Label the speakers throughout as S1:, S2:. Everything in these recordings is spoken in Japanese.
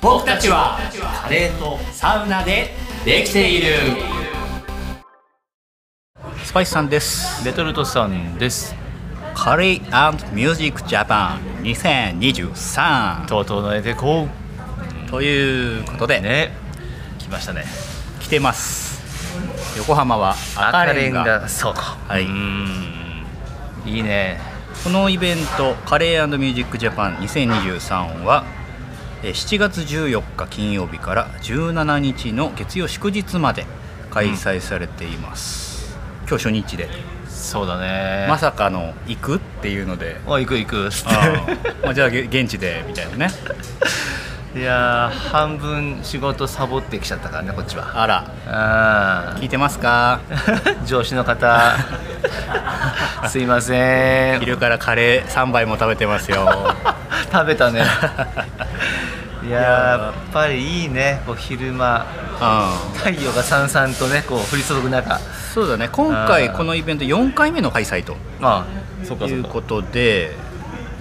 S1: 僕たちは
S2: カレーと
S1: サウナでできているスパイスさんです
S2: レトルトさんです
S1: カレーミュージックジャパン2023
S2: 整えてこ
S1: ということで、
S2: うね来ましたね
S1: 来てます横浜は赤レンガ
S2: そうか
S1: はいう
S2: ーんいいね
S1: このイベントカレーミュージックジャパン2023はえー7月14日金曜日から17日の月曜祝日まで開催されています、今日初日で
S2: そうだね
S1: まさかの行くっていうので
S2: お行く行くっつっ
S1: あーまあじゃあげ現地でみたいなね
S2: ていやー半分仕事サボってきちゃったからねこっちは
S1: あら
S2: あ
S1: 聞いてます か
S2: ー上司の方 すいません
S1: 昼からカレー3杯も食べてますよ
S2: 食べた ねいやーやっぱりいいねこう昼間
S1: うん
S2: 太陽がさんさんとねこう降り注ぐ中
S1: そうだね今回
S2: あー
S1: このイベント4回目の開催と
S2: あそっか
S1: い
S2: そう
S1: う
S2: か
S1: ことで、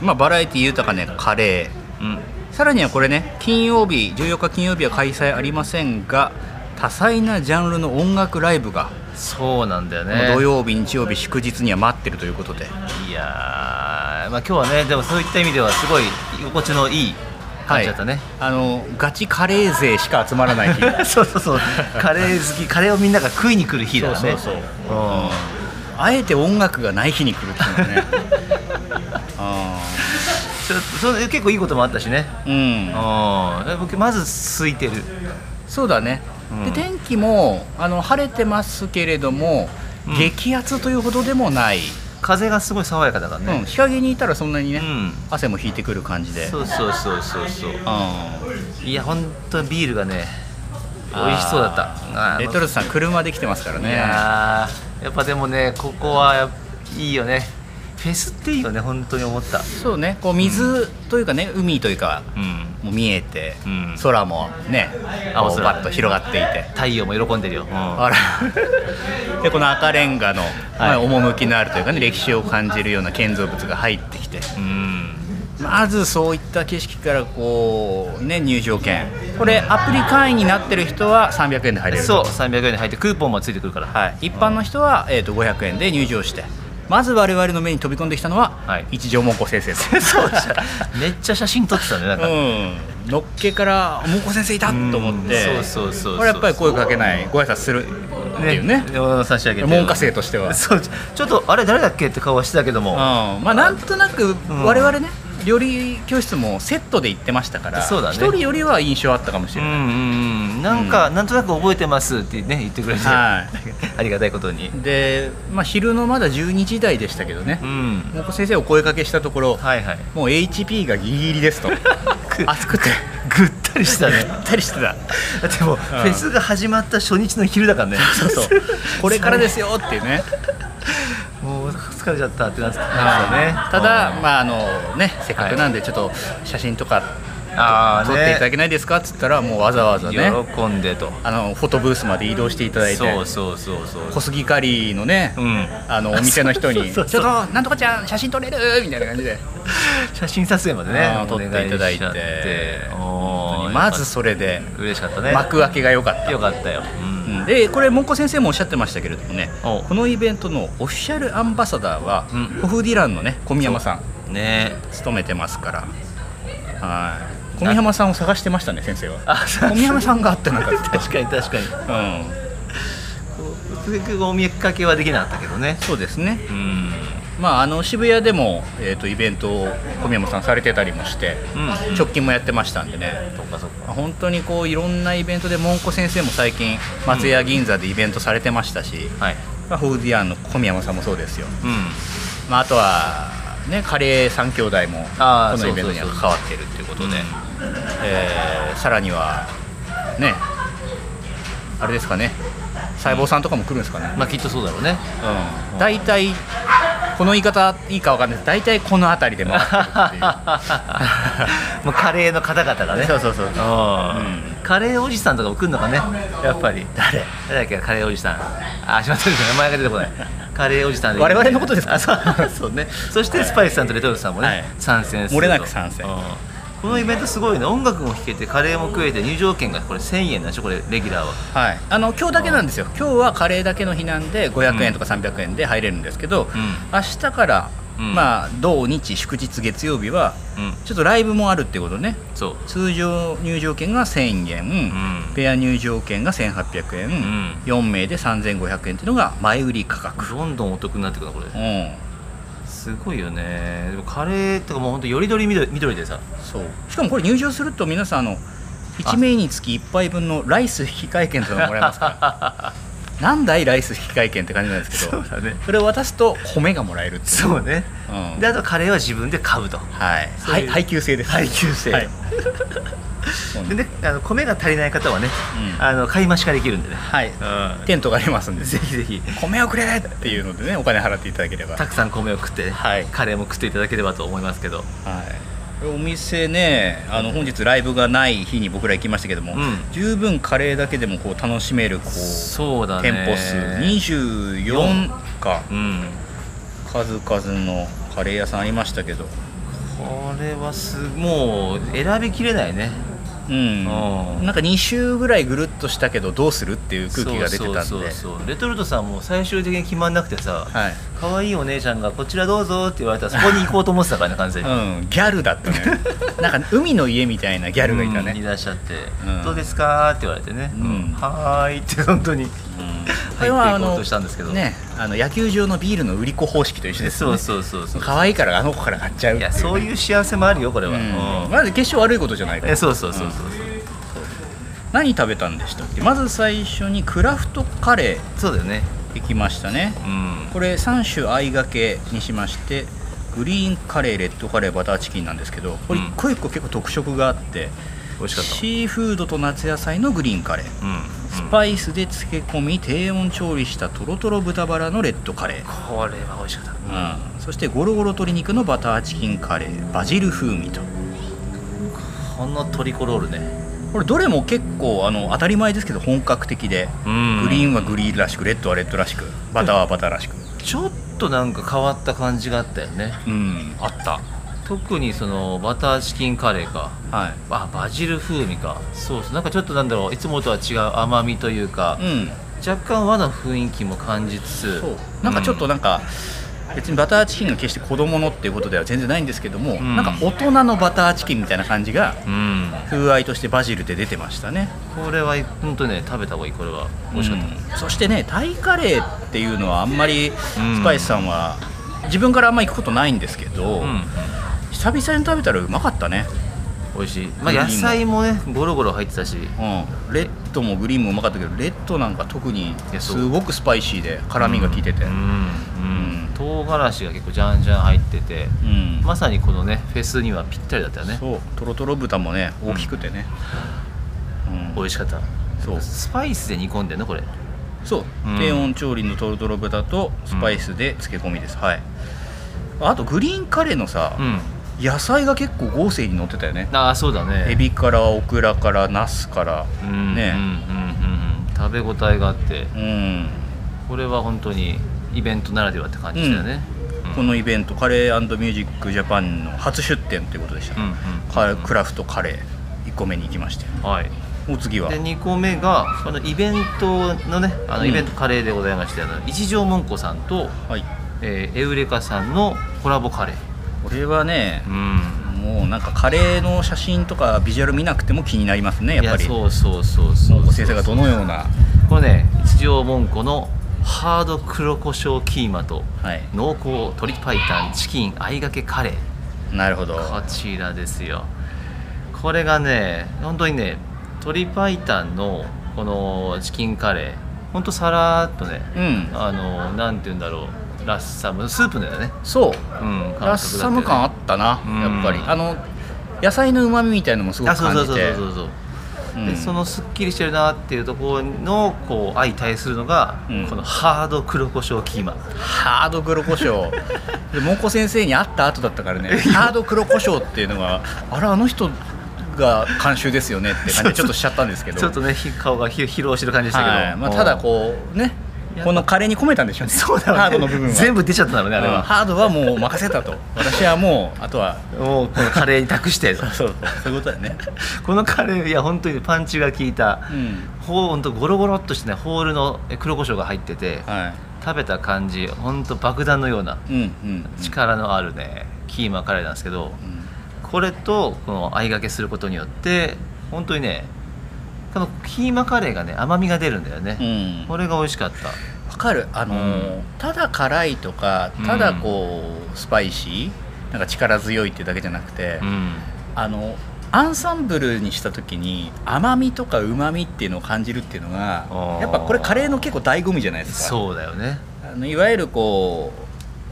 S1: まあ、バラエティ豊かねカレー
S2: うん
S1: さらにはこれね金曜日14日金曜日は開催ありませんが多彩なジャンルの音楽ライブが、
S2: そうなんだよ
S1: も
S2: ね
S1: う土曜日日曜日祝日には待ってるということで
S2: いやーまあ今日はねでもそういった意味ではすごい居心地のいい感じだったね、
S1: あのガチカレー勢しか集まらない 日
S2: そうそうそうカレー好きカレーをみんなが食いに来る日だからね
S1: そうそう
S2: うん
S1: あえて音楽がない日に来るっていうのはね あ
S2: ちょっとそれ結構いいこともあったしね
S1: ー
S2: う
S1: うんん
S2: で僕まず空いてる
S1: そうだね、
S2: うん
S1: で天気もあの晴れてますけれども、
S2: うん
S1: 激アツというほどでもない、
S2: 風がすごい爽やかだから
S1: うん、
S2: ね
S1: 日陰にいたらそんなに
S2: う
S1: ね、
S2: ん、
S1: 汗も引いてくる感じで
S2: そうそうそうそうそう
S1: うん
S2: いや本当ビールがね美味しそうだった
S1: あーレトルトさん車で来てますから
S2: い
S1: ね
S2: やーやっぱでもねここはやっいいよねフェスっていいよね本当に思った
S1: そうねこう水というかね、海というか
S2: うん
S1: もう見えて、
S2: うん
S1: 空もね
S2: 青
S1: 青
S2: 空
S1: 空バッと広がっていて
S2: 太陽も喜んでるよ、うん
S1: あら でこの赤レンガの、まあ趣のあるというかね歴史を感じるような建造物が入ってきて
S2: うん
S1: まずそういった景色からこうね入場券これアプリ会員になってる人は300円で入れる
S2: そう300円に入ってクーポンもついてくるから
S1: はい、一般の人は、えー、と500円で入場してまず我々の目に飛び込んできたのは、
S2: はい
S1: 一条文庫先生と
S2: そうでしためっちゃ写真撮ってたねなんか、
S1: うん、のっけから「文庫先生いた!」と思って
S2: うんそうそうそうそう
S1: これやっぱり声かけないご挨拶するっていうね
S2: 差し上げて
S1: 文科生としては、うん、
S2: そうちょちょっとあれ誰だっけって顔はしてたけども、
S1: まあなんとなく
S2: ん
S1: 我々ね、料理教室もセットで行ってましたから
S2: そうだね
S1: 一人よりは印象あったかもし
S2: う
S1: れ
S2: ん
S1: ない、
S2: うんうんなんか、なんとなく覚えてますってね言ってくれて、
S1: は
S2: ありがたいことに
S1: で、まあ、昼のまだ12時台でしたけどね
S2: うん
S1: 文庫先生をお声かけしたところ、
S2: はいはい
S1: もう HP がギリギリ ですと
S2: ぐ
S1: 暑くて
S2: ぐったりしたね
S1: ぐったりしてた
S2: でも、フェスが始まった初日の昼だからね
S1: そう そうこれからですよっていうね
S2: もう疲れちゃったってなってたね
S1: ただまああのねせっかくなんでちょっと写真とか撮っていただ
S2: け
S1: けないですかっつったらもうわざわざね
S2: 喜んでと
S1: あのフォトブースまで移動していただいて
S2: そうそうそうそう
S1: 小杉カリーのね
S2: うん
S1: あのお店の人に「ち
S2: そ
S1: ょ
S2: う
S1: っ
S2: そうそう
S1: となんとかちゃん写真撮れる!」みたいな感じで
S2: 写真撮影までね
S1: うん撮っていただいて
S2: お願しちゃって
S1: 本当
S2: おー
S1: にまずそれで
S2: 嬉しかったね
S1: 幕開けが良かった
S2: よかったよ、うん
S1: うんでこれ文庫先生もおっしゃってましたけれどもね
S2: お
S1: このイベントのオフィシャルアンバサダーは、
S2: うん
S1: ホフディランのね小宮山さん
S2: ね
S1: 勤めてますからはい小宮山さんを探してましたね先生は
S2: あそう
S1: 小宮山さんがあってなんか った
S2: 確かに確かに
S1: うん
S2: 結局お見かけはできなかったけどね
S1: そうですね
S2: うん
S1: まああの渋谷でも、えー、とイベントを小宮山さんされてたりもして、
S2: うん
S1: 直近もやってましたんでね
S2: そっかそっか
S1: 本当にこういろんなイベントで文庫先生も最近松屋銀座でイベントされてましたし、
S2: はい
S1: まあ、ホフディランの小宮山さんもそうですよ
S2: うん
S1: まあ、あとは、ね、カレー三兄弟も
S2: あー
S1: このイベントには
S2: そうそうそ
S1: 関
S2: う
S1: わっているということで
S2: うん、
S1: えーさらには、ね、あれですかね、細胞さんとかも来るんですかね、
S2: まあきっとそうだろう ね
S1: うん、大体、この言い方、いいかわかんないです大体この辺りで回ってるっ
S2: もうカレーの方々 が
S1: てい
S2: ね
S1: う、そうそうそう、
S2: うんカレーおじさんとかも来るのかねやっぱり誰誰だっけカレーおじさんあしまった名前が出てこないカレーおじさん
S1: 我々のことですか
S2: あそうそうねそしてスパイスさんとレトルトさんもね、
S1: はい
S2: 参戦すると
S1: 漏れなく参戦
S2: うんここのイベントすごいね音楽も聴けてカレーも食えて入場券がこれ1000円なんでしょこれレギュラーは
S1: はい、あの今日だけなんですよ、今日はカレーだけの日なんで500円とか300円で入れるんですけど、明日から、
S2: うん
S1: まあ、土日、祝日、月曜日は
S2: うん
S1: ちょっとライブもあるってことね、
S2: そう
S1: 通常入場券が1000円、
S2: うん
S1: ペア入場券が1800円、
S2: ん
S1: 4名で3500円っていうのが前売り価格。
S2: どんどんお得になってくるなこ
S1: う
S2: れ
S1: ん
S2: すごいよねでもカレーとかもうほんとよりどり緑緑でさ
S1: そうしかもこれ入場すると皆さんあの1名につき1杯分のライス引換券というのがもらえますから なんだいライス引換券って感じなんですけど
S2: だね
S1: それを渡すと米がもらえるっていう
S2: そうね、
S1: うん
S2: であとカレーは自分で買うと
S1: はい
S2: そう
S1: は
S2: いう
S1: い配給制です
S2: 配給制
S1: はい、
S2: でねあの米が足りない方はね、
S1: うん
S2: あの買い増しができるんでね
S1: はい、
S2: うん
S1: テントがありますんで
S2: ぜひぜひ
S1: 米をくれっていうのでねお金払っていただければ
S2: たくさん米を食ってね、
S1: はい
S2: カレーも食っていただければと思いますけど
S1: はい、お店ねあの本日ライブがない日に僕ら行きましたけども、
S2: うん
S1: 十分カレーだけでもこう楽しめるこう
S2: そうだね
S1: 店舗数24か
S2: うん
S1: 数々のカレー屋さんありましたけど
S2: これはすもう選びきれないね
S1: うん
S2: うん
S1: なんか2週ぐらいぐるっとしたけどどうするっていう空気が出てたんで
S2: そうそうそうそうレトルトさんも最終的に決まんなくてさ、
S1: はい
S2: 可愛いお姉ちゃんが「こちらどうぞ」って言われたらそこに行こうと思ってたからね完全 に、
S1: うん、ギャルだった ねなんか海の家みたいなギャルがいた
S2: うんい
S1: ね、
S2: らっしゃって
S1: うん
S2: 「どうですか?」って言われてね「
S1: うん
S2: うんはーい」って本当に
S1: うん
S2: 入っていこうとしたんですけど
S1: ねあの野球場のビールの売り子方式と一緒ですよ
S2: そう
S1: ね
S2: そうそうそう
S1: 可愛いからあの子から買っちゃうっ
S2: い
S1: ていう
S2: や
S1: ね
S2: そういう幸せもあるよこれ
S1: う
S2: は、
S1: ん、
S2: うん
S1: まず決して悪いことじゃないから
S2: えそうそうそうそうそう、
S1: 何食べたんでしたっけまず最初にクラフトカレ
S2: そうだよね
S1: ー行きましたね
S2: うん
S1: これ3種相掛けにしましてグリーンカレーレッドカレーバターチキンなんですけどこれ
S2: うん
S1: 一個一個結構特色があって、
S2: 美味しかった
S1: シーフードと夏野菜のグリーンカレー
S2: うん
S1: スパイスで漬け込み低温調理したとろとろ豚バラのレッドカレー、
S2: これは美味しかった
S1: うん、そしてゴロゴロ鶏肉のバターチキンカレーバジル風味と
S2: このトリコロールね
S1: これどれも結構あの当たり前ですけど本格的で、
S2: うん
S1: グリーンはグリーンらしくレッドはレッドらしくバターはバターらしく、
S2: ちょっとなんか変わった感じがあったよね
S1: うん、あった
S2: 特にそのバターチキンカレーか
S1: はい
S2: あバジル風味かそうそうなんかちょっとなんだろういつもとは違う甘みというか、
S1: うん
S2: 若干和の雰囲気も感じつつ
S1: そうなんかちょっとな
S2: な、
S1: んか、別にバターチキンが決して子供のっていうことでは全然ないんですけども、
S2: ん
S1: なんか大人のバターチキンみたいな感じが
S2: うん
S1: 風合いとしてバジルで出てましたね
S2: これは本当ね食べた方がいいこれは美味しかった、
S1: うんそしてねタイカレーっていうのはあんまり
S2: ん
S1: スパイスさんは自分からあんま行くことないんですけど、
S2: うん
S1: 久々に食べたらうまかったね、
S2: 美味しい、まあ、
S1: いいもん
S2: 野菜もねゴロゴロ入ってたし
S1: うん、レッドもグリーンもうまかったけどレッドなんか特に
S2: いやそう
S1: すごくスパイシーで辛みが効いてて、
S2: う、
S1: うんん
S2: うん唐辛子が結構ジャンジャン入ってて、まさにこのねフェスにはぴったりだったよね
S1: そうとろとろ豚もね
S2: ん
S1: 大きくてね、うん
S2: 美味しかった
S1: そう
S2: スパイスで煮込んでんのこれ
S1: そう、
S2: うん
S1: 低温調理のとろとろ豚とスパイスで漬け込みです、はいあとグリーンカレーのさ、
S2: ん
S1: 野菜が結構豪勢に乗ってたよね
S2: ああそうだね
S1: エビからオクラからナスから
S2: うん
S1: ね
S2: うんうんうんうん食べ応えがあって
S1: うん、
S2: これは本当にイベントならではって感じだよね、うん
S1: このイベントカレーミュージックジャパンの初出店ということでした、
S2: うんうん
S1: カレークラフトカレー1個目に行きまして
S2: はい
S1: お次は
S2: で2個目がこのイベントのねあ
S1: う
S2: の
S1: ん
S2: イベントカレーでございまして、あの一条文庫さんと、
S1: はい
S2: えーエウレカさんのコラボカレー
S1: これはね
S2: うん
S1: もうなんかカレーの写真とかビジュアル見なくても気になりますねやっぱり
S2: いそうそうそうそう
S1: もう先生がどのような
S2: これね一条文庫のハード黒胡椒キーマと
S1: はい
S2: 濃厚鶏白湯チキンあいがけカレー
S1: なるほど
S2: こちらですよこれがね本当にね鶏白湯のこのチキンカレーほんとさらっとね
S1: うん
S2: あのなんて言うんだろうラッサムスープだよね
S1: そう
S2: うん
S1: ラッサム感あ
S2: っ
S1: ったな
S2: うん
S1: やっぱりあの野菜のうまみみたいのもすごく
S2: そう
S1: 感
S2: そう
S1: じ
S2: そう
S1: て
S2: そうそう
S1: うん
S2: でそのすっきりしてるなっていうところのこう相対するのが、
S1: うん
S2: このハード黒胡椒キーマ
S1: ハード黒胡 椒でもうこ先生に会った後だったからねハード黒胡椒っていうのがあれあの人が監修ですよねって感じでちょっとしちゃったんですけど
S2: ちょっとねひ顔がひ疲労してる感じでしたけど、
S1: はいまあ、ただこうねこのカレーに込めたんでしょうね
S2: そうだろうね
S1: ハードの部分は
S2: 全部出ちゃったんだろうねあれ
S1: うん
S2: は、
S1: ハードはもう任せたと私はもうあと は
S2: もうこのカレーに託して
S1: そうそういうことだね
S2: このカレーいや本当にパンチが効いた、
S1: うん
S2: ほんとゴロゴロっとしてねホールの黒胡椒が入ってて、
S1: は
S2: 食べた感じほんと爆弾のようない
S1: うんうん
S2: 力のあるねキーマカレーなんですけど
S1: うん
S2: これとこの相掛けすることによって本当にね多分キーマカレーがね甘みが出るんだよね、
S1: うん
S2: これが美味しかった
S1: わかるあのー、
S2: うん
S1: ただ辛いとか
S2: うん
S1: ただこう、スパイシーなんか力強いっていうだけじゃなくて、
S2: うん
S1: あのアンサンブルにした時に甘みとかうまみっていうのを感じるっていうのが
S2: あー
S1: やっぱこれカレーの結構醍醐味じゃないですか
S2: そうだよね
S1: あのいわゆるこ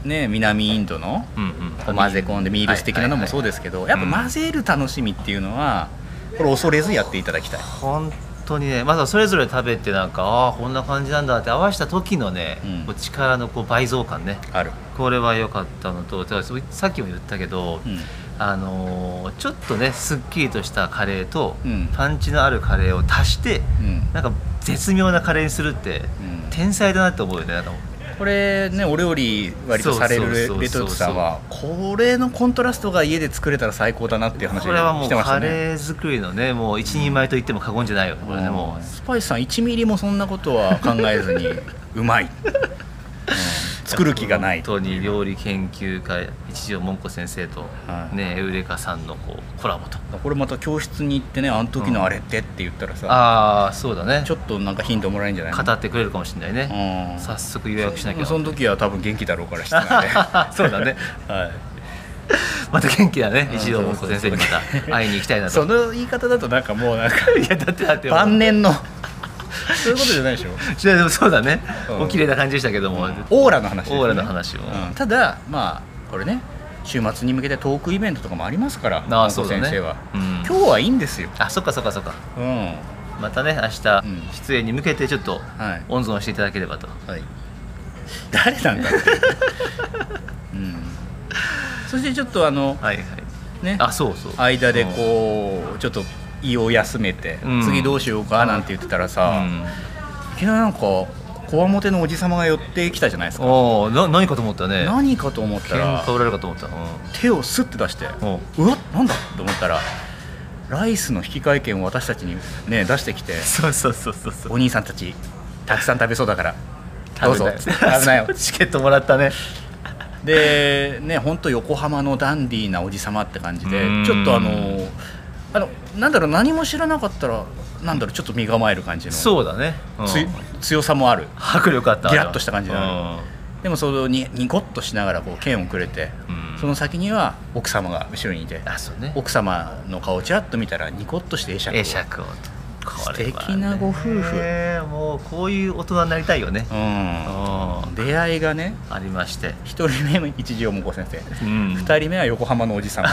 S1: うね南インドの
S2: うん
S1: こ
S2: う
S1: うん混ぜ込んでミールス的なのもそうですけど、
S2: いはいはい
S1: やっぱ混ぜる楽しみっていうのはこれ恐れずやっていただきたい、
S2: 本当にねまずはそれぞれ食べてなんかああこんな感じなんだって合わせた時のね、
S1: うん
S2: こう力のこう倍増感ね
S1: ある、
S2: これは良かったのとたださっきも言ったけど、
S1: うん
S2: あのーちょっとねすっきりとしたカレーと、
S1: うん
S2: パンチのあるカレーを足して
S1: うん
S2: なんか絶妙なカレーにするって、
S1: うん
S2: 天才だなって思うよねなんか
S1: これねお料理割とされ
S2: そうそうそうそ
S1: る
S2: う
S1: レトルトさんはこれのコントラストが家で作れたら最高だなっていう話
S2: これはも
S1: し
S2: う
S1: てまし
S2: カ
S1: たね
S2: レー作りのねもう一人前と言っても過言じゃないよねこれねも
S1: うん
S2: う
S1: スパイスさん1ミリもそんなことは考えずにうまい、うん作る気がない
S2: 本当に料理研究家一条文子先生と、
S1: はい
S2: ねエウレカさんのこうコラボと
S1: これまた教室に行ってねあの時のあれってって言ったらさ、
S2: ああそうだね
S1: ちょっとなんかヒントもらえるんじゃないの
S2: 語ってくれるかもしれないね、
S1: うん
S2: 早速予約しなきゃ
S1: その時は多分元気だろうからして ないね
S2: そうだね
S1: はい
S2: また元気だね
S1: うん
S2: 一条文子先生にまた会いに行きたいなと
S1: その言い方だとなんかもうなん か
S2: いやだってだって
S1: 晩年のそういうことじゃないでしょ
S2: いやでもそうだね、
S1: うん
S2: お綺麗な感じでしたけども、
S1: オーラの話ですね
S2: オーラの話を
S1: うんただまあこれね週末に向けてトークイベントとかもありますから
S2: ああ
S1: 安藤
S2: そうだね
S1: 先生は、
S2: うん
S1: 今日はいいんですよ、
S2: あそっかそっかそっか
S1: うん
S2: またね明日
S1: うん
S2: 出演に向けてちょっと
S1: はい
S2: 温存していただければと、
S1: はい、誰なんだろうっていう、うん、そしてちょっとあの
S2: はいはい
S1: ね
S2: あそうそう
S1: 間でこうちょっと胃を休めて、
S2: うん
S1: 次どうしようかなんて言ってたら
S2: う
S1: さ、
S2: ん
S1: いきなりなんかこわもてのおじ様が寄ってきたじゃないですか
S2: おおな何かと思ったね
S1: 何かと思った
S2: 喧
S1: ら
S2: 嘩売られるかと思った、うん、
S1: 手をスッて出して
S2: おう
S1: うわなんだと思ったらライスの引換券を私たちに、ね、出してきて
S2: そうそうそうそうそ
S1: お兄さんたちたくさん食べそうだからどうぞつって危ないよ
S2: チケットもらったね
S1: でね本当横浜のダンディーなおじ様って感じで
S2: うん
S1: ちょっとあのあのなんだろう何も知らなかったらなんだろうちょっと身構える感じの
S2: そうだね、うん
S1: つ強さもある
S2: 迫力あった
S1: ギラッとした感じだね
S2: の
S1: でもそのにニコッとしながらこう剣をくれて、
S2: うん
S1: その先には奥様が後ろにいて
S2: あそうね
S1: 奥様の顔をちらっと見たらニコッとして会釈を
S2: 会釈をこれは
S1: 素
S2: ね
S1: 敵なご夫婦
S2: ねもうこういう大人になりたいよね、
S1: う
S2: うん
S1: 出会いがね
S2: ありまして、
S1: 1人目も一条もこ先生
S2: うん
S1: 2人目は横浜のおじ様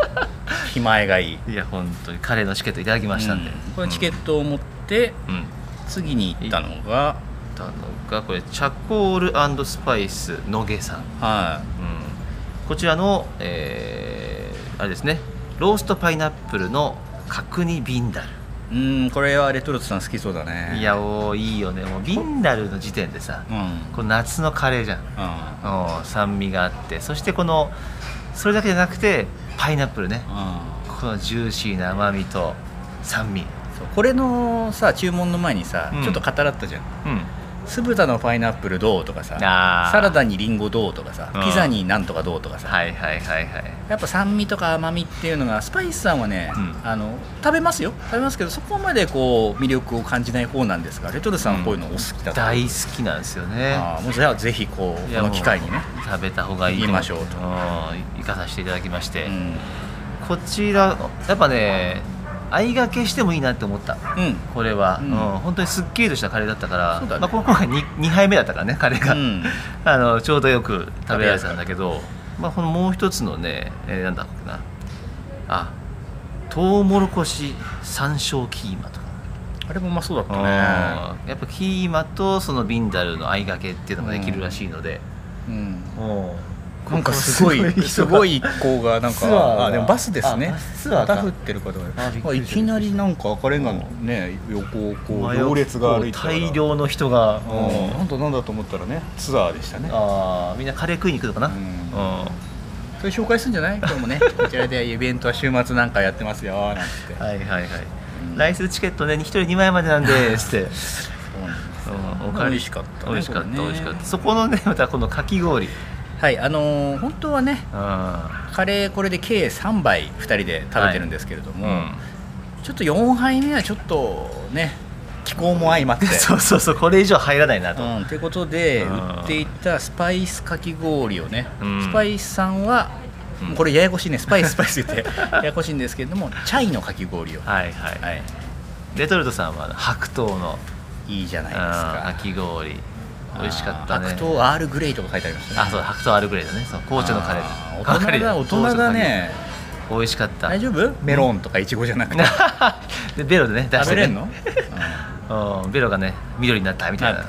S1: 気前がいい
S2: いや本当に彼のチケットいただきましたんで、
S1: うんこのチケットを持って
S2: うん、うん
S1: 次に行ったのが、
S2: たのがこれチャコールスパイス野毛さん、うん、
S1: は
S2: こちらの、えーあれですねローストパイナップルの角煮ビンダ
S1: い、うんこれはレトルトさん好きそうだ
S2: ル
S1: ね
S2: いやおーいいよねもうビンダルの時点でさ
S1: うん、うん、
S2: これ夏のカレーじゃん
S1: あ
S2: うん酸味があってそしてこのそれだけじゃなくてパイナップルね
S1: あ
S2: このジューシーな甘みと酸味
S1: そうこれのさ注文の前にさ、
S2: うん
S1: ちょっと語らったじゃん
S2: うん
S1: 酢豚のパイナップルどうとかさ
S2: あー
S1: サラダにリンゴどうとかさ
S2: うん
S1: ピザになんとかどうとかさ、
S2: はいはいはいはい
S1: やっぱ酸味とか甘みっていうのがスパイスさんはね、
S2: うん
S1: あの食べますよ食べますけどそこまでこう魅力を感じない方なんですがレトルトさんはこういうのお好きだと、
S2: 大好きなんですよね
S1: あーもうじゃあぜひこう
S2: い
S1: こ
S2: や
S1: の機会にね
S2: も、う食べた方がいいと思
S1: 行きましょうと
S2: ん行かさせていただきまして、
S1: うん
S2: こちらやっぱね相掛けしてもいいなって思った
S1: うん
S2: これは、
S1: う
S2: うんん本当にすっきりとしたカレーだったから、
S1: そうだね
S2: まあ、今回 2, 杯目だったからねカレーが、
S1: うん
S2: あのちょうどよく食べられてたんだけど、まあ、このもう一つのね、えーなんだっけなあトウモロコシ山椒キーマとか
S1: あれもうまそうだったね
S2: うんやっぱキーマとそのビンダルの相掛けっていうのもできるらしいので、
S1: うん
S2: おう
S1: なんかすごいすごい一行がなん
S2: ツア
S1: か
S2: ーが
S1: あでもバスですね
S2: あバスツアーか
S1: また降ってるかと思い
S2: あびっく
S1: ま
S2: り
S1: す
S2: し
S1: い
S2: た
S1: きなりなんか赤レンガのね横をこう行列が歩いてたから
S2: 大量の人が、
S1: うんなんだなんだと思ったらねツアーでしたね
S2: ああみんなカレー食いに行くのかな、
S1: うん
S2: うん
S1: それ紹介するんじゃない今日もねこちらでイベントは週末なんかやってますよなんて
S2: はいはいはい、
S1: うん
S2: 来週チケットね1人2枚までなん でつって、うん、
S1: 美味しかったね
S2: 美味しか
S1: これ
S2: った、
S1: ね
S2: 美味しかったそこのねまたこのかき氷、うん、
S1: はいあのー本当はねカレーこれで計3杯2人で食べてるんですけれども、ちょっと4杯目はちょっとね気候も相まって
S2: で そうそうそうこれ以上入らないなと、
S1: うん、ということで
S2: うん
S1: 売っていたスパイスかき氷をね、
S2: うん
S1: スパイスさんは、
S2: うん
S1: これややこしいねスパイススパイス言って ややこしいんですけれどもチャイのかき氷を、は
S2: はいはい、
S1: い、
S2: レトルトさんは白桃の
S1: いいじゃないです
S2: あー
S1: か
S2: かき氷美味しかったね
S1: 白桃アールグレイとか書いてありましたね
S2: あそう白桃アールグレイだねそう紅茶のカレー
S1: あ大人だ
S2: カレー
S1: 大人だね
S2: 美味しかった
S1: 大丈夫メロンとかイチゴじゃなくて
S2: でベロでね出し
S1: 食
S2: て、ね、
S1: べれんの、うん
S2: うん、ベロがね緑になったみたいな、
S1: な
S2: うん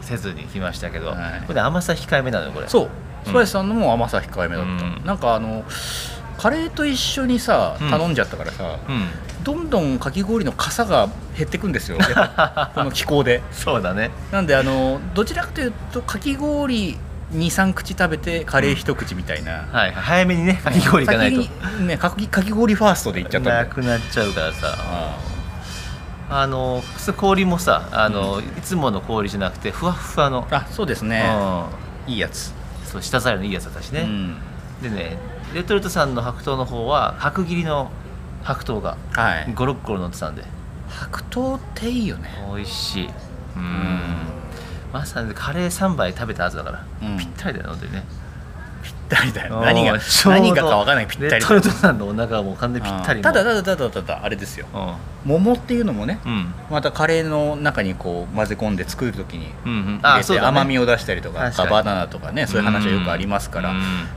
S2: せずに来ましたけど、
S1: はい
S2: これ甘さ控えめなのよこれ
S1: そうスパイスさんのも甘さ控えめだった、
S2: うん
S1: なんかあのカレーと一緒にさ
S2: うん
S1: 頼んじゃったからさ、
S2: うん
S1: どんどんかき氷の傘が減ってくんですよやっ ぱこの気候で
S2: そうだね
S1: なんであのどちらかというとかき氷23口食べてカレー一口みたいな、
S2: はい早めにねかき氷行かないと
S1: 先にねかきかき氷ファーストでいっちゃったんだ
S2: な
S1: よ
S2: くなっちゃうからさ
S1: あ
S2: あの普通氷もさあの、いつもの氷じゃなくてふわっふわの、
S1: ああそうですねいいやつ、
S2: うん、そう舌触りのいいやつだったしね、
S1: うん
S2: でねレトルトさんの白桃の方は角切りの白桃が
S1: はい
S2: 56個乗ってたんで
S1: 白桃っていいよね
S2: 美味しいうんまさにカレー3杯食べた後だから、
S1: うん
S2: ぴったりだよ本当にね
S1: 誰だよ何が
S2: うんちょうど
S1: 何がか分からないぴった
S2: レ
S1: り
S2: トルトさんのお腹はもう完全にぴったり
S1: あー
S2: の
S1: ただただただただあれですよ
S2: うん
S1: 桃っていうのもね
S2: うん
S1: またカレーの中にこう混ぜ込んで作るときに
S2: うんうん
S1: 入れて甘み
S2: を
S1: を出したりとか
S2: 確かに
S1: バナナとかねそういう話はよくありますから、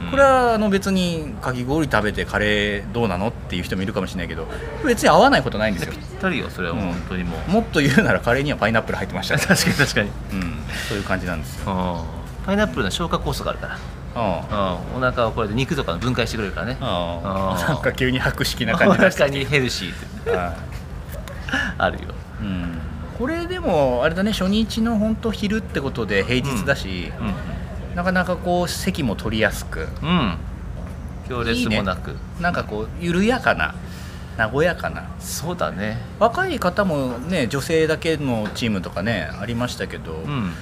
S1: これ
S2: は
S1: はあの別にかき氷食べてカレーどうなのっていう人もいるかもしれないけど別に合わないことないんです よ
S2: ぴったりよそれはもう本当にも う、
S1: もっと言うならカレーにはパイナップル入って ましたね
S2: 確かに確かに、うん、
S1: うんそういう感じなんですよ
S2: パイナップルの消化酵素があるから
S1: あ
S2: うん、お腹をこれで肉とかの分解してくれるからね
S1: あ
S2: あ
S1: な
S2: ー
S1: んか急に博識
S2: お
S1: な感じだし
S2: 腹にヘルシーっ て
S1: あ
S2: あるよ
S1: ーうんこれでもあれだね初日の本当昼ってことで平日だし、なかなかこう席も取りやすく
S2: うん、うん、行列もなく
S1: いいねなんかこう緩やかな和やかな
S2: そうだね
S1: 若い方もね女性だけのチームとかねありましたけど、
S2: うん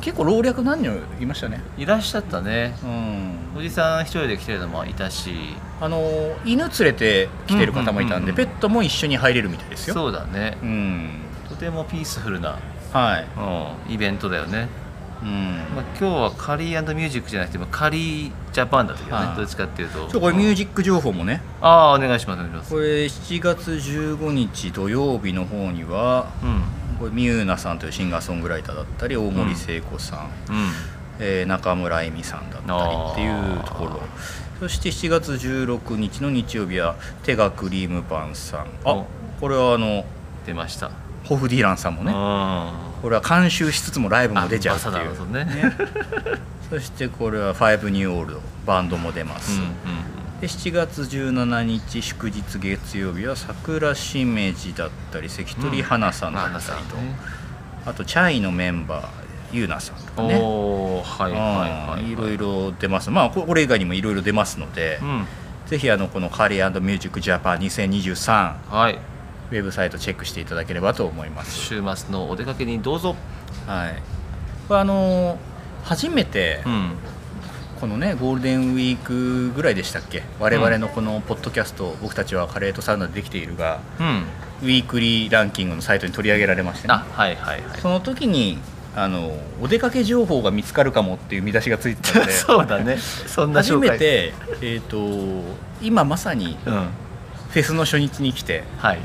S1: 結構老若男女いましたね
S2: いらっしゃったね
S1: うん
S2: おじさん一人で来てるのもいたし
S1: あの犬連れて来てる方もいたんで、
S2: うんうんうんうん
S1: ペットも一緒に入れるみたいですよ
S2: そうだね
S1: うん
S2: とてもピースフルな、
S1: はい、
S2: うん、イベントだよね、
S1: うん
S2: まあ、今日はカリーミュージックじゃなくてまあカリージャパンだったけど
S1: は
S2: ね
S1: い
S2: どっちかっていうと
S1: ちょこれミュー
S2: ジッ
S1: ジック情報もね
S2: クああお願いしますお願いします
S1: これ7月15日土曜日の方には
S2: うん
S1: これミューナさんというシンガーソングライターだったり大森聖子さん、
S2: うん
S1: えー中村恵美さんだったりっていうところそして7月16日の日曜日は手がクリームパンさんあ
S2: お
S1: これはあの
S2: 出ました、
S1: ホフディランさんも
S2: うん
S1: ねこれは監修しつつもライブも出ちゃうってい
S2: あバサ
S1: う
S2: ダのね
S1: そしてこれは「ファイブニューオールド」バンドも出ま
S2: う
S1: す、
S2: ん
S1: で7月17日祝日月曜日は桜しめじだったり関
S2: うん
S1: 取花さ
S2: うんん
S1: だ
S2: まあ
S1: った
S2: な
S1: り
S2: さ
S1: と、
S2: んね
S1: あとチャイのメンバーゆうなさんとかね
S2: おおはいはいはいは
S1: うん
S2: い
S1: いろいろ出ますまあここれ以外にもいろいろ出ますので、
S2: うん
S1: ぜひあのこのカレーミュージックジャパン2023
S2: はい
S1: ウェブサイトチェックしていただければと思います、
S2: 週末のお出かけにどうぞ
S1: はい、これあのー初めて
S2: うん
S1: このねゴールデンウィークぐらいでしたっけ我々のこのポッドキャスト、僕たちはカレーとサウナでできているが
S2: うん
S1: ウィークリーランキングのサイトに取り上げられまして、ね
S2: あ、は いはいはい
S1: その時にあのお出かけ情報が見つかるかもっていう見出しがついて たので
S2: そうだね。そんな
S1: 初
S2: 紹介
S1: め、て、えー、と今まさに
S2: うん、
S1: フェスの初日に来て
S2: はい。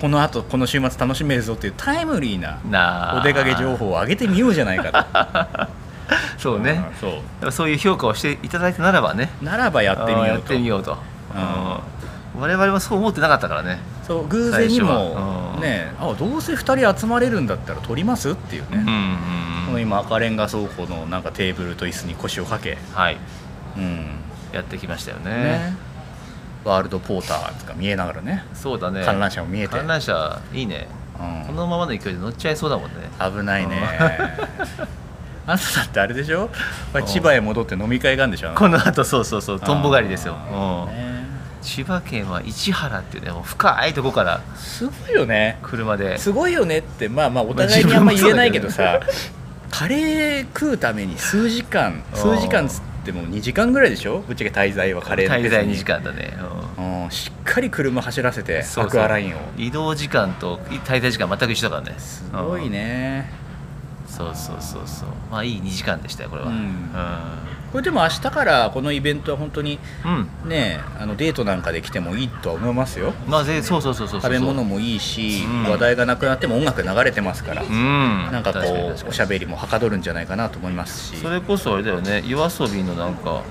S1: このあとこの週末楽しめるぞっていうタイムリーな
S2: な
S1: お
S2: あ
S1: 出かけ情。報を上げてみようじゃないか
S2: そう
S1: と
S2: ね。
S1: うんそ
S2: やっぱそういう評価をしていただいたならばね。
S1: うならばやってみよう
S2: あー
S1: と
S2: やってみようと。うん。我々はそう思ってなかったからね。
S1: そう偶然に
S2: 最初は
S1: も
S2: うん
S1: ねあどうせ2人集まれるんだったら撮りますっていう
S2: う
S1: ね、
S2: んうん
S1: こ
S2: う
S1: の
S2: ん。
S1: 今赤レンガ倉庫のなんかテーブルと椅子に腰をかけ
S2: はい。
S1: うん
S2: やってきましたよね
S1: ねワールドポーターとか見えながらね、
S2: そうだね
S1: 観覧車も見えて
S2: 観覧車いいね
S1: うん
S2: このままの勢いで乗っちゃいそうだもんね
S1: 危ない ねあなただってあれでしょ、まあ、千葉へ戻って飲み会があるんでしょ
S2: この後そうそうそうとんぼ狩りですよ、
S1: あ
S2: うん
S1: ーね
S2: 千葉県は市原っていうねもう深いとこから
S1: すごいよね
S2: 車です
S1: ごいよねってまあまあお互いにあんま言えないけどさカレー食うために数時間
S2: あー
S1: 数時間つっても2時間ぐらいでしょぶっちゃけ滞在はカレー
S2: 滞在2時
S1: 間
S2: 間だね、うん
S1: しっかり車走らせて
S2: そうそう
S1: アクアラインを
S2: 移動時間と滞在時間全く一緒だからねす
S1: すごいね
S2: そうそうそうそうまあいい2時間でしたよこれは
S1: う
S2: うんん、
S1: これでも明日からこのイベントは本当に
S2: うん
S1: ねあのデートなんかで来てもいいとは思いますよ
S2: まあぜそうそうそうそうそ
S1: 食
S2: う
S1: べ物もいいし、
S2: うん
S1: 話題がなくなっても音楽流れてますから、
S2: うん
S1: なんかこ
S2: 確に確
S1: う
S2: に
S1: おしゃべりもはかどるんじゃないかなと思いますし
S2: それこそあれだよね夜遊びのなんか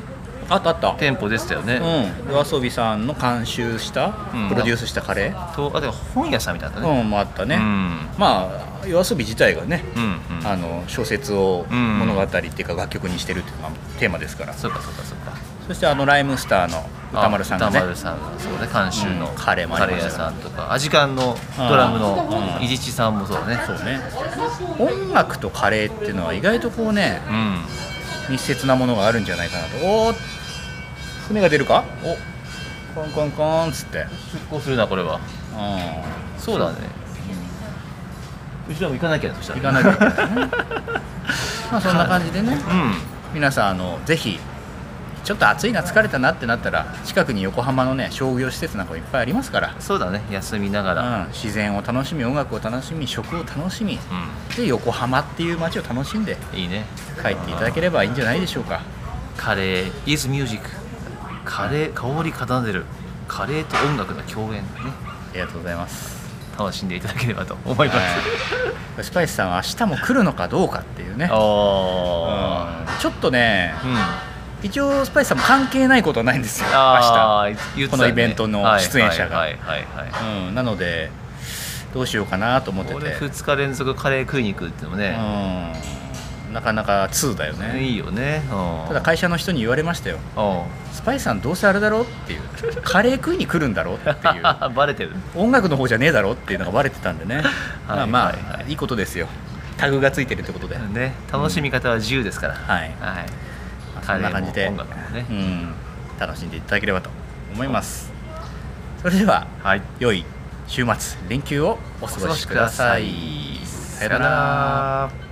S1: あったあった
S2: 店舗でしたよね、
S1: うん、夜遊びさんの監修した、
S2: うん
S1: プロデュースしたカレー、
S2: とあと本屋さんみたいなね
S1: うん、もあったね、
S2: うん
S1: まあ夜遊び自体がね、
S2: うんうん
S1: あの小説を
S2: うん
S1: 物語っていうか楽曲にしてるっていうのがテーマですから、
S2: そうかそうかそうか
S1: そしてあのライムスターの歌丸さんがね
S2: 歌丸さんがそうね監修の
S1: うんカレーもありますよ
S2: カレー屋さんとかアジカンのドラムの
S1: うん
S2: 伊地知さんもそうだね
S1: そうね音楽とカレーっていうのは意外とこうね
S2: うん
S1: 密接なものがあるんじゃないかなとおー船が出るかおコンコンコンっつっ て、
S2: 出航するなこれは
S1: う
S2: そうだね後ろも行かなきゃねそした
S1: ん、
S2: ら
S1: 行かなきゃいけないねまあそんな感じでね
S2: うん
S1: 皆さんあのぜひちょっと暑いな疲れたなってなったら近くに横浜のね商業施設なんかもいっぱいありますから、
S2: そうだね休みながら
S1: うん、自然を楽しみ音楽を楽しみ食を楽しみ
S2: う
S1: で横浜っていう街を楽しんで
S2: んいいね
S1: 帰っていただければいいんじゃないでしょうか
S2: カレー is music カレー香り奏でるカレーと音楽の共演ね
S1: ありがとうございます
S2: 楽しんでいただければと思います
S1: はいスパイスさんは明日も来るのかどうかっていうね、う
S2: あ
S1: ん、ちょっとね
S2: ーうん
S1: 一応スパイスさんも関係ないことはないんですよ明日、
S2: あー言ってたね
S1: このイベントの出演者が
S2: はいはいはいはいはい
S1: うん、なのでどうしようかなと思ってて
S2: これ2日連続カレー食いに行くってのもね、
S1: うんなかなか2だよね
S2: いいよねうん
S1: ただ会社の人に言われましたよ「スパイさんどうせあれだろ?」っていう「カレー食いに来るんだろ?」 っていう
S2: うんバレてる
S1: 音楽の方じゃねえだろっていうのがバレてたんでねまあま
S2: はいは
S1: あ
S2: い
S1: いいことですよタグがついてるってことで、
S2: ね楽しみ方は自由ですから、
S1: はい
S2: はい
S1: そんな感じで、
S2: カレーも音楽もね
S1: うん、楽しんでいただければと思いますそれでは
S2: はい
S1: 良い週末連休をお過ごしください
S2: お過ごしくださ
S1: さよなら
S2: ら